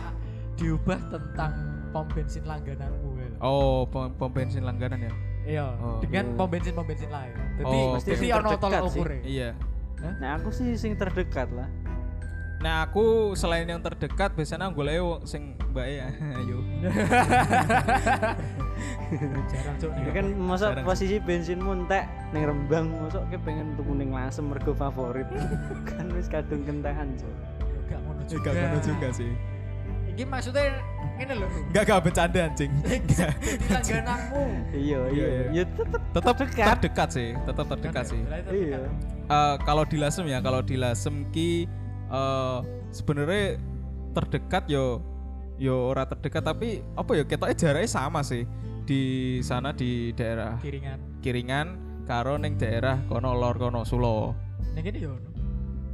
[SPEAKER 1] diubah tentang pom bensin langgananmu. wae.
[SPEAKER 2] Oh, pom, pom bensin langganan ya.
[SPEAKER 1] Iya,
[SPEAKER 2] Oh.
[SPEAKER 1] dengan pom bensin pom bensin lain. Jadi
[SPEAKER 2] Oh,
[SPEAKER 1] mesti
[SPEAKER 2] oke.
[SPEAKER 1] okay. ono
[SPEAKER 3] Terdekat
[SPEAKER 1] tolak
[SPEAKER 3] sih.
[SPEAKER 1] ukur e.
[SPEAKER 2] Iya.
[SPEAKER 3] Nah, aku sih sing terdekat lah.
[SPEAKER 2] Nah aku selain yang terdekat biasanya gue leo sing mbak ya ayo
[SPEAKER 1] Jarang cuk
[SPEAKER 3] Ya
[SPEAKER 1] nih.
[SPEAKER 3] kan masa
[SPEAKER 2] Jarang.
[SPEAKER 3] posisi bensinmu entek ning Rembang masa ke pengen tuku ning Lasem mergo favorit. kan wis kadung kentekan, Cuk.
[SPEAKER 1] Gak ngono juga.
[SPEAKER 2] Gak ngono juga sih
[SPEAKER 1] Iki Iki maksudnya ngene lho.
[SPEAKER 2] Enggak enggak bercanda anjing. Enggak.
[SPEAKER 1] Di langgananmu.
[SPEAKER 3] iya iya
[SPEAKER 2] Iya,
[SPEAKER 3] iya tetep
[SPEAKER 2] Tetap
[SPEAKER 3] Terdekat.
[SPEAKER 2] terdekat sih, tetap terdekat sih.
[SPEAKER 3] iya
[SPEAKER 2] Eh, kalau di Lasem ya, kalau di Lasem ki eh, sebenarnya terdekat yo yo ora terdekat tapi apa ya ketoknya jaraknya sama sih di sana di daerah
[SPEAKER 1] Kiringan.
[SPEAKER 2] Kiringan karo ning daerah kono lor kono sulo.
[SPEAKER 1] Ning kene yo. ono.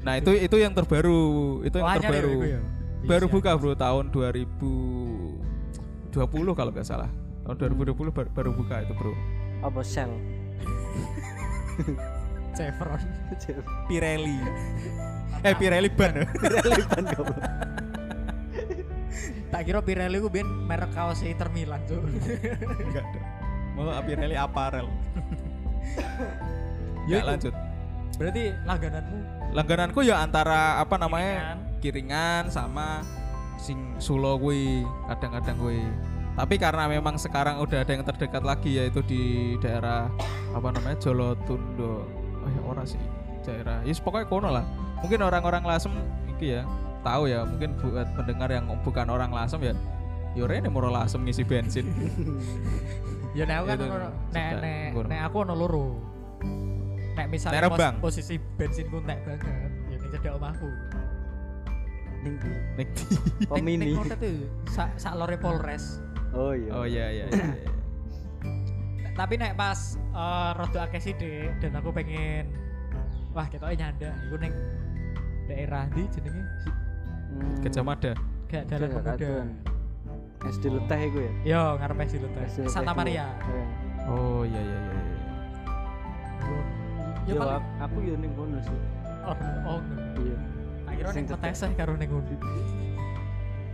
[SPEAKER 2] Nah, itu itu yang terbaru, itu yang
[SPEAKER 1] Oh, anyar ya,
[SPEAKER 2] terbaru.
[SPEAKER 1] iku ya? Iya,
[SPEAKER 2] Baru
[SPEAKER 1] siap.
[SPEAKER 2] buka Bro tahun 2020 kalau nggak salah. Tahun 2020 baru, baru buka itu, Bro.
[SPEAKER 3] apa sel
[SPEAKER 1] Chevron. Iya.
[SPEAKER 2] Pirelli. eh Pirelli ban.
[SPEAKER 3] relevan goblok
[SPEAKER 1] Tak kira Pirelli ku ben merek kaos Inter Milan, Cuk.
[SPEAKER 2] Enggak ada. Mau Pirelli aparel.
[SPEAKER 1] Ya,
[SPEAKER 2] ya
[SPEAKER 1] itu.
[SPEAKER 2] lanjut.
[SPEAKER 1] Berarti langgananmu
[SPEAKER 2] Langgananku ya antara apa namanya? Kiringan, sama sing Sulo kuwi, kadang-kadang kuwi. Tapi karena memang sekarang udah ada yang terdekat lagi yaitu di daerah apa namanya? Jolotundo. Oh ya ora sih. Daerah. Ya pokoknya kono lah. Mungkin orang-orang Lasem iki ya tahu ya mungkin buat pendengar yang bukan orang Lasem ya yo rene moro Lasem ngisi bensin.
[SPEAKER 1] Ya nek aku kan
[SPEAKER 2] Itu,
[SPEAKER 1] ono- nek
[SPEAKER 2] sudah,
[SPEAKER 1] nek
[SPEAKER 2] ngono.
[SPEAKER 1] nek aku ono loro. Nek misalnya
[SPEAKER 2] Nek rebang.
[SPEAKER 1] posisi bensinku nek banget, ya ning cedhak omahku.
[SPEAKER 2] Nek
[SPEAKER 1] Ning-
[SPEAKER 3] pomini
[SPEAKER 1] Ning kono tuh sak sak lore Polres.
[SPEAKER 3] oh iya
[SPEAKER 2] Oh iya iya. iya, iya.
[SPEAKER 1] Nek- Tapi nek pas eh, rada akeh sithik dan aku pengen wah ketoke nyandak iku ning daerah ndi jenenge? Si-
[SPEAKER 3] Hmm,
[SPEAKER 2] Gajah Mada.
[SPEAKER 1] Gak dalan
[SPEAKER 3] Gak
[SPEAKER 1] pemuda.
[SPEAKER 3] Kadun. SD leteh iku ya
[SPEAKER 1] Yo ngarepe Silute.
[SPEAKER 3] SD leteh
[SPEAKER 1] Eh, Santa
[SPEAKER 3] iku.
[SPEAKER 1] Maria.
[SPEAKER 3] Iya.
[SPEAKER 2] Oh iya iya iya. iya.
[SPEAKER 1] Ya
[SPEAKER 3] Yo,
[SPEAKER 1] paling
[SPEAKER 3] aku- aku yo ning kono sih
[SPEAKER 1] oh, oh.
[SPEAKER 3] iya
[SPEAKER 1] Akhirnya
[SPEAKER 3] Sing
[SPEAKER 1] ning
[SPEAKER 3] cedhak.
[SPEAKER 1] Peteseh karo ning Undi.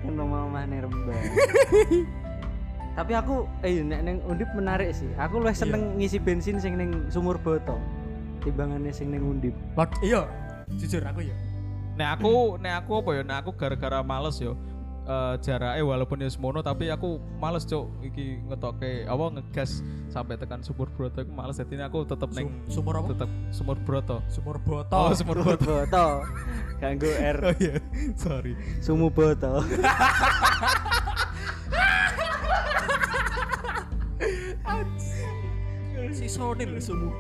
[SPEAKER 3] kan rumah-rumah nih Rembang. Tapi aku eh nek neng Undip menarik sih. Aku lebih seneng ngisi bensin sing neng sumur boto. Timbangannya sing neng Undip.
[SPEAKER 1] Lot iya. Jujur aku ya.
[SPEAKER 2] Nek aku nek aku apa ya? Nek aku gara-gara males yo. Eh jaraknya walaupun ya semono tapi aku males cok iki ngetoke apa ngegas sampai tekan sumur broto aku males jadi ini aku tetep
[SPEAKER 1] Sum-
[SPEAKER 2] neng
[SPEAKER 1] Sumur apa?
[SPEAKER 2] tetep sumur broto
[SPEAKER 1] Sumur Boto.
[SPEAKER 2] oh sumur broto
[SPEAKER 3] boto. Ganggu R.
[SPEAKER 2] oh iya sorry
[SPEAKER 3] Sumu boto.
[SPEAKER 1] si Sony lho semua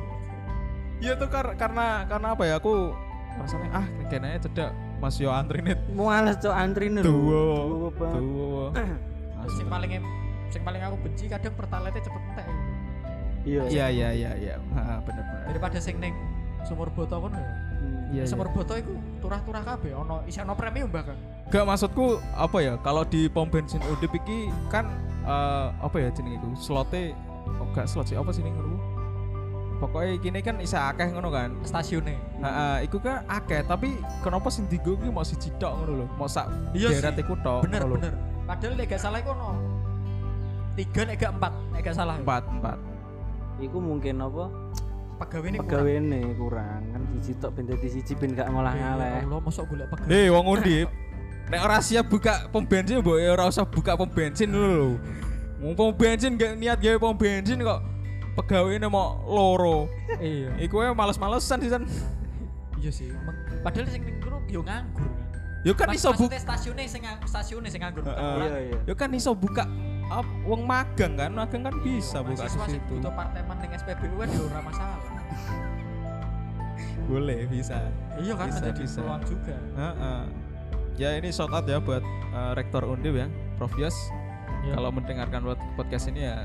[SPEAKER 2] iya tuh kar- karena karena apa ya aku rasanya ah kayaknya cedak mas yo antri net
[SPEAKER 3] Mualas cok antri nih.
[SPEAKER 2] tuwo
[SPEAKER 3] banget.
[SPEAKER 2] tuwo
[SPEAKER 1] sing paling em- sing paling aku benci kadang pertalite cepet entek gitu.
[SPEAKER 3] Iya.
[SPEAKER 2] iya iya iya iya Ha, bener bener
[SPEAKER 1] daripada sing ning sumur boto kan
[SPEAKER 3] Hmm.
[SPEAKER 2] Iya, iya.
[SPEAKER 1] sumur boto itu turah-turah kabeh ono isi ono premium bahkan
[SPEAKER 2] Gak maksudku apa ya kalau di pom bensin Udip iki kan eh, apa ya jenenge iku slote oh, gak slot sih apa sih ning ngono pokoknya kini kan isa akeh ngono kan
[SPEAKER 1] stasiunnya
[SPEAKER 2] nah eh, iku kan akeh tapi kenapa sing digo iki mau siji tok ngono lho mau sak
[SPEAKER 1] Iya sih.
[SPEAKER 2] daerah iku tok
[SPEAKER 1] bener
[SPEAKER 2] ngono lho.
[SPEAKER 1] bener padahal nek gak salah iku ono tiga nek gak empat nek gak salah
[SPEAKER 2] empat empat
[SPEAKER 3] Iku mungkin apa?
[SPEAKER 1] pegawai ini
[SPEAKER 3] Pegawai kurang kan siji tok ben dadi siji ben gak ngolah
[SPEAKER 1] Ya
[SPEAKER 2] eh.
[SPEAKER 3] ngalah.
[SPEAKER 1] Allah mosok golek pegawai
[SPEAKER 2] hei wong Udip nek ora siap buka pom bensin mbok ya ora usah buka pom bensin lho Wong pom bensin gak niat gawe pom bensin kok pegawainya mau loro
[SPEAKER 1] iya
[SPEAKER 2] iku ae males-malesan sih San.
[SPEAKER 1] iya sih Meng- padahal sing ning kono yo nganggur kan
[SPEAKER 2] Yo kan iso buka
[SPEAKER 1] Maksudnya stasiunnya sing ngang- stasiunnya sing nganggur bukan
[SPEAKER 2] Heeh.
[SPEAKER 1] orang.
[SPEAKER 3] Iya iya.
[SPEAKER 2] Yo kan iso buka up, wong magang kan, magang kan bisa
[SPEAKER 1] Iya,
[SPEAKER 2] buka
[SPEAKER 1] mahasiswa sing
[SPEAKER 2] situ.
[SPEAKER 1] butuh partemen ning SPBU kan yo ora masalah
[SPEAKER 2] Boleh bisa.
[SPEAKER 1] Iya kan
[SPEAKER 2] Bisa,
[SPEAKER 1] menjadi
[SPEAKER 2] bisa.
[SPEAKER 1] peluang juga.
[SPEAKER 2] Heeh. Ya ini shout out ya buat eh, rektor Undip ya, Prof Yos.
[SPEAKER 1] Iya.
[SPEAKER 2] Kalau mendengarkan buat podcast ini ya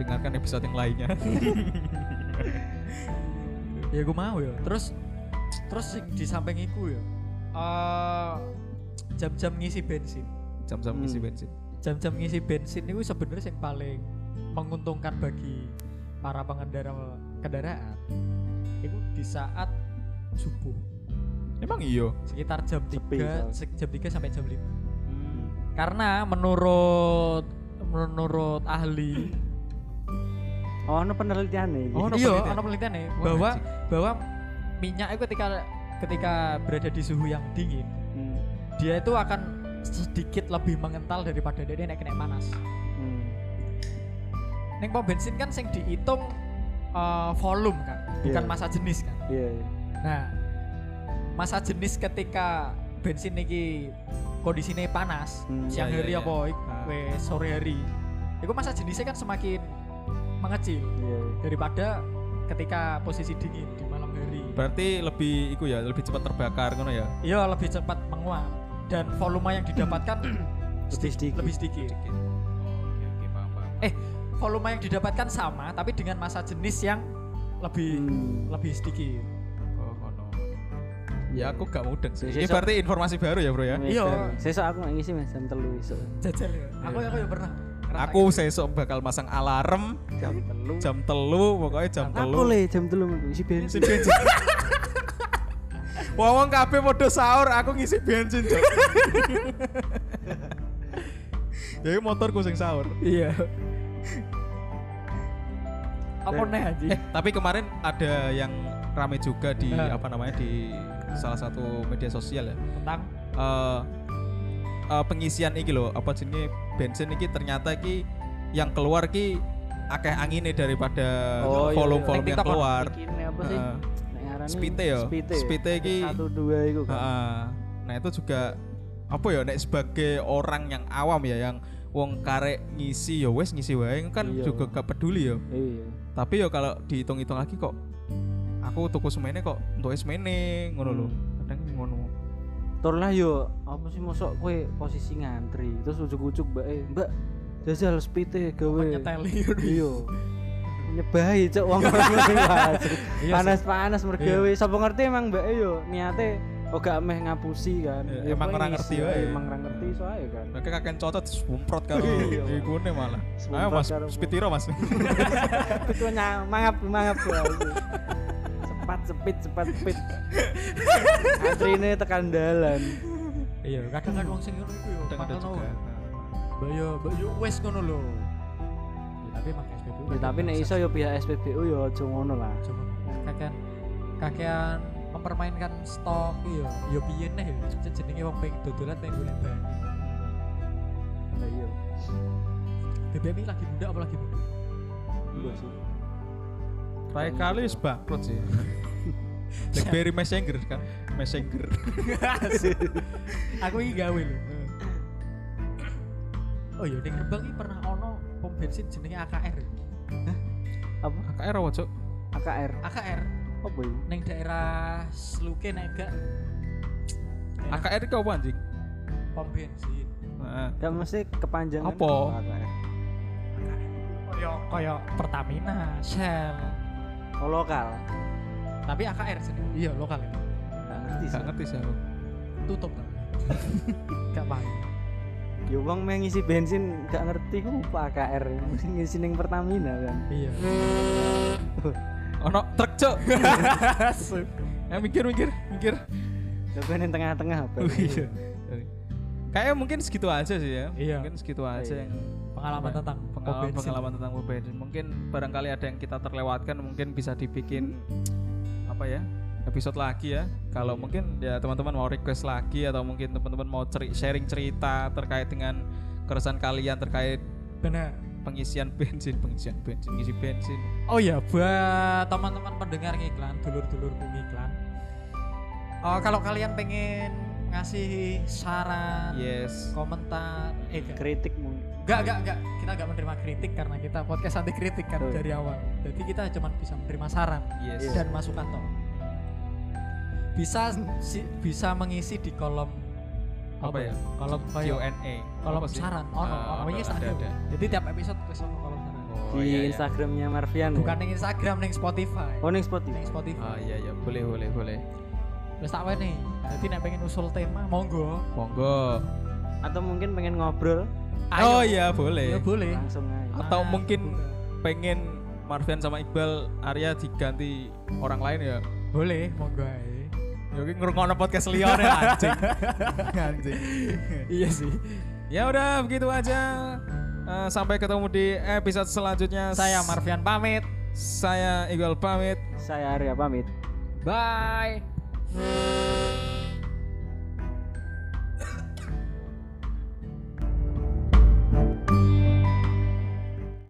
[SPEAKER 2] dengarkan episode yang lainnya.
[SPEAKER 1] Ya gue mau ya. Terus terus sing di samping iku ya. eh, jam-jam ngisi bensin.
[SPEAKER 2] Jam-jam
[SPEAKER 3] Hmm.
[SPEAKER 2] ngisi bensin.
[SPEAKER 1] Jam-jam ngisi bensin itu sebenarnya yang paling menguntungkan bagi para pengendara kendaraan. Itu di saat subuh
[SPEAKER 2] Emang iya? iyo.
[SPEAKER 1] sekitar jam
[SPEAKER 3] Sepi,
[SPEAKER 1] 3
[SPEAKER 3] soalnya.
[SPEAKER 1] se- jam 3 sampai jam 5.
[SPEAKER 2] Hmm.
[SPEAKER 1] Karena menurut menurut ahli
[SPEAKER 3] Oh, ono penelitiane iki.
[SPEAKER 2] Oh, ono
[SPEAKER 1] iya,
[SPEAKER 2] penelitian?
[SPEAKER 1] ono penelitian nih
[SPEAKER 2] Wah,
[SPEAKER 1] bahwa
[SPEAKER 2] anjing.
[SPEAKER 1] bahwa minyak itu ketika ketika berada di suhu yang dingin,
[SPEAKER 3] Hmm.
[SPEAKER 1] dia itu akan sedikit lebih mengental daripada dia naik kena panas.
[SPEAKER 3] Hmm.
[SPEAKER 1] Neng pom bensin kan sing dihitung eh, volume kan, bukan
[SPEAKER 3] Iya.
[SPEAKER 1] masa jenis kan.
[SPEAKER 3] Iya iya.
[SPEAKER 1] Nah, masa jenis ketika bensin niki kondisinya panas
[SPEAKER 3] Hmm,
[SPEAKER 1] siang
[SPEAKER 2] iya,
[SPEAKER 1] hari
[SPEAKER 2] iya,
[SPEAKER 1] apa
[SPEAKER 2] iya.
[SPEAKER 1] ik-
[SPEAKER 2] Ah.
[SPEAKER 1] wes sore hari itu masa jenisnya kan semakin mengecil
[SPEAKER 3] Iya.
[SPEAKER 1] daripada ketika posisi dingin di malam hari
[SPEAKER 2] Berarti lebih iku ya, lebih cepat terbakar ngono ya.
[SPEAKER 1] Iya lebih cepat menguap dan volume yang didapatkan
[SPEAKER 3] Lebih sedikit.
[SPEAKER 1] lebih sedikit.
[SPEAKER 2] Oke, oke, paham, paham.
[SPEAKER 1] Eh volume yang didapatkan sama tapi dengan masa jenis yang lebih
[SPEAKER 3] Hmm.
[SPEAKER 1] lebih sedikit.
[SPEAKER 2] Oh, ngono. Ya aku gak mudeng sih.
[SPEAKER 3] Sesuk-
[SPEAKER 2] Ini berarti informasi baru ya, Bro ya.
[SPEAKER 3] Wes,
[SPEAKER 1] Iya.
[SPEAKER 3] Bro. Sesuk aku ngisi Mas jam 3 esuk.
[SPEAKER 1] Jajar ya. Aku aku yang pernah. ngerasain.
[SPEAKER 2] Aku sesuk bakal masang alarm
[SPEAKER 3] Jam 3.
[SPEAKER 2] jam telu pokoknya jam
[SPEAKER 3] Aku
[SPEAKER 2] telu.
[SPEAKER 3] le jam 3 ngisi
[SPEAKER 2] Ngisi
[SPEAKER 3] bensin.
[SPEAKER 2] bensin. Wong kabeh padha sahur, aku ngisi bensin, Cok. Jadi motorku sing sahur.
[SPEAKER 1] Iya. Apa nih anjing?
[SPEAKER 2] Eh, tapi kemarin ada yang rame juga di
[SPEAKER 1] Eh.
[SPEAKER 2] apa namanya di salah satu media sosial ya.
[SPEAKER 1] Tentang
[SPEAKER 2] Eh, eh, pengisian iki loh, apa jenenge bensin iki ternyata iki yang keluar ki akeh angine daripada volume
[SPEAKER 3] Oh, iya, iya.
[SPEAKER 2] volume yang
[SPEAKER 1] TikTok,
[SPEAKER 2] keluar.
[SPEAKER 3] Iki ini apa sih?
[SPEAKER 2] Heeh.
[SPEAKER 3] Nek ngarani
[SPEAKER 2] Spite ya.
[SPEAKER 3] Spite.
[SPEAKER 2] Spite iki.
[SPEAKER 3] Satu dua iku kan.
[SPEAKER 2] Heeh. Nah, itu juga apa ya nek sebagai orang yang awam ya yang wong karek ngisi ya wes ngisi wae kan
[SPEAKER 3] Iya.
[SPEAKER 2] juga gak peduli ya.
[SPEAKER 3] Iya.
[SPEAKER 2] tapi yo kalau dihitung-hitung lagi kok aku tuku semene kok untuk semene ngono lho
[SPEAKER 3] Hmm.
[SPEAKER 2] kadang ngono
[SPEAKER 3] Tur lah yo, apa sih mosok kowe posisi ngantri, terus ujuk-ujuk mbak, eh, mbak jajal spite gawe.
[SPEAKER 1] nyeteli.
[SPEAKER 3] Iya. Nyebahi cok wong
[SPEAKER 2] Iya,
[SPEAKER 3] Panas-panas mergawe. Sopo ngerti emang mbak yo niate oh gak meh ngapusi kan.
[SPEAKER 2] Iya,
[SPEAKER 3] Ya,
[SPEAKER 2] emang
[SPEAKER 3] pokoknya
[SPEAKER 2] orang
[SPEAKER 3] ngisi
[SPEAKER 2] ngerti
[SPEAKER 3] aja,
[SPEAKER 2] wae.
[SPEAKER 3] Emang orang ngerti soalnya kan.
[SPEAKER 2] mereka kakek cocot semprot karo
[SPEAKER 3] Iya, Mas.
[SPEAKER 2] igune malah ayo
[SPEAKER 3] Semprot
[SPEAKER 2] mas
[SPEAKER 3] karo-
[SPEAKER 2] spitiro mas
[SPEAKER 3] Itu nyang- mangap mangap wae. Cepat sepit cepat sepit. Antrine tekan dalan.
[SPEAKER 1] Iya, kadang kan wong sing ngono iku yo.
[SPEAKER 2] kadang ada
[SPEAKER 1] makanya
[SPEAKER 2] juga
[SPEAKER 1] Mbak yo, mbak yo wes ngono lho. Ya, Tapi pakai SPBU.
[SPEAKER 3] Ya, tapi nek iso yo pihak SPBU yo aja ngono lah.
[SPEAKER 1] Cuma kakean kakean mempermainkan stok iya ya piye neh ya jenenge wong pengen dodolan pengen golek bahan
[SPEAKER 3] Lah iya.
[SPEAKER 1] BBM ini lagi muda apa lagi muda
[SPEAKER 3] Iya sih.
[SPEAKER 2] terakhir kali wis bangkrut sih Blackberry Messenger kan Messenger
[SPEAKER 1] aku ini gawe lho oh iya ning Rembang ini pernah ono pom bensin jenenge AKR
[SPEAKER 3] Apa?
[SPEAKER 2] AKR apa cok
[SPEAKER 3] AKR.
[SPEAKER 1] AKR
[SPEAKER 3] Apa itu?
[SPEAKER 1] ning daerah Sluke nek gak Iya.
[SPEAKER 2] AKR itu apa anjing
[SPEAKER 1] pom bensin
[SPEAKER 2] Heeh.
[SPEAKER 3] Gak mesti kepanjangan
[SPEAKER 2] Apa?
[SPEAKER 3] AKR.
[SPEAKER 1] kaya kaya Pertamina Shell
[SPEAKER 3] Oh lokal.
[SPEAKER 1] tapi AKR jenenge iya lokal ya
[SPEAKER 3] Gak ngerti sih.
[SPEAKER 2] gak ngerti sih aku
[SPEAKER 1] tutup tapi gak paham
[SPEAKER 3] Ya wong meh ngisi bensin gak ngerti ku apa AKR Mesti ngisi ning Pertamina kan.
[SPEAKER 1] iya
[SPEAKER 2] ono truk cok Eh, mikir mikir mikir
[SPEAKER 3] Lah gue ning tengah-tengah apa?
[SPEAKER 2] Oh, iya. Kayaknya mungkin segitu aja sih ya.
[SPEAKER 1] Iya.
[SPEAKER 2] Mungkin segitu aja
[SPEAKER 3] Iya.
[SPEAKER 2] yang
[SPEAKER 1] pengalaman tentang
[SPEAKER 2] pengalaman,
[SPEAKER 1] pom bensin.
[SPEAKER 2] pengalaman tentang pom bensin. Mungkin barangkali ada yang kita terlewatkan, mungkin bisa dibikin apa ya? episode lagi ya.
[SPEAKER 1] Iya.
[SPEAKER 2] Kalau mungkin ya teman-teman mau request lagi atau mungkin teman-teman mau ceri- sharing cerita terkait dengan keresahan kalian terkait
[SPEAKER 1] benar
[SPEAKER 2] pengisian bensin, pengisian bensin, ngisi bensin.
[SPEAKER 1] oh ya buat teman-teman pendengar ngiklan dulur-dulurku ngiklan Eh, kalau kalian pengen ngasih saran
[SPEAKER 2] Iya. Yes.
[SPEAKER 1] komentar eh
[SPEAKER 2] iya.
[SPEAKER 1] enggak
[SPEAKER 3] Kritik mungkin.
[SPEAKER 1] enggak enggak, enggak. kita enggak menerima kritik karena kita podcast anti kritik kan
[SPEAKER 3] Oh, iya.
[SPEAKER 1] dari awal jadi kita cuma bisa menerima saran
[SPEAKER 2] Yes.
[SPEAKER 1] dan masukan toh bisa si- bisa mengisi di kolom
[SPEAKER 2] Apa ya?
[SPEAKER 1] kolom kayak
[SPEAKER 2] Q&A.
[SPEAKER 1] kolom
[SPEAKER 2] Apa sih?
[SPEAKER 1] saran oh, ono
[SPEAKER 2] Ah,
[SPEAKER 1] ono wis
[SPEAKER 2] ada,
[SPEAKER 1] ada
[SPEAKER 2] ada.
[SPEAKER 1] jadi tiap episode ke sono kolom saran
[SPEAKER 2] Oh,
[SPEAKER 3] Di
[SPEAKER 2] iya, iya.
[SPEAKER 3] Instagramnya Marvian. ya?
[SPEAKER 1] bukan ning Instagram ning Spotify
[SPEAKER 3] Oh ning Spotify.
[SPEAKER 2] Ah
[SPEAKER 1] ning Spotify
[SPEAKER 2] iya iya boleh boleh boleh.
[SPEAKER 1] wis tak wene jadi nek pengen usul tema
[SPEAKER 2] Oh,
[SPEAKER 1] monggo
[SPEAKER 2] Monggo.
[SPEAKER 3] Atau mungkin pengen ngobrol
[SPEAKER 1] Ayo.
[SPEAKER 2] Oh iya boleh.
[SPEAKER 1] ya boleh
[SPEAKER 3] langsung aja.
[SPEAKER 2] Atau
[SPEAKER 1] Ah,
[SPEAKER 2] mungkin
[SPEAKER 1] boleh.
[SPEAKER 2] pengen Marvian sama Iqbal Arya diganti orang lain ya.
[SPEAKER 1] boleh monggo ae
[SPEAKER 2] Ya ki ngrungokno podcast Leon ya anjing. anjing.
[SPEAKER 1] iya sih
[SPEAKER 2] Ya udah begitu aja. Eh, sampai ketemu di episode selanjutnya.
[SPEAKER 1] saya Marvian pamit
[SPEAKER 2] Saya Iqbal pamit.
[SPEAKER 3] Saya Arya pamit.
[SPEAKER 1] bye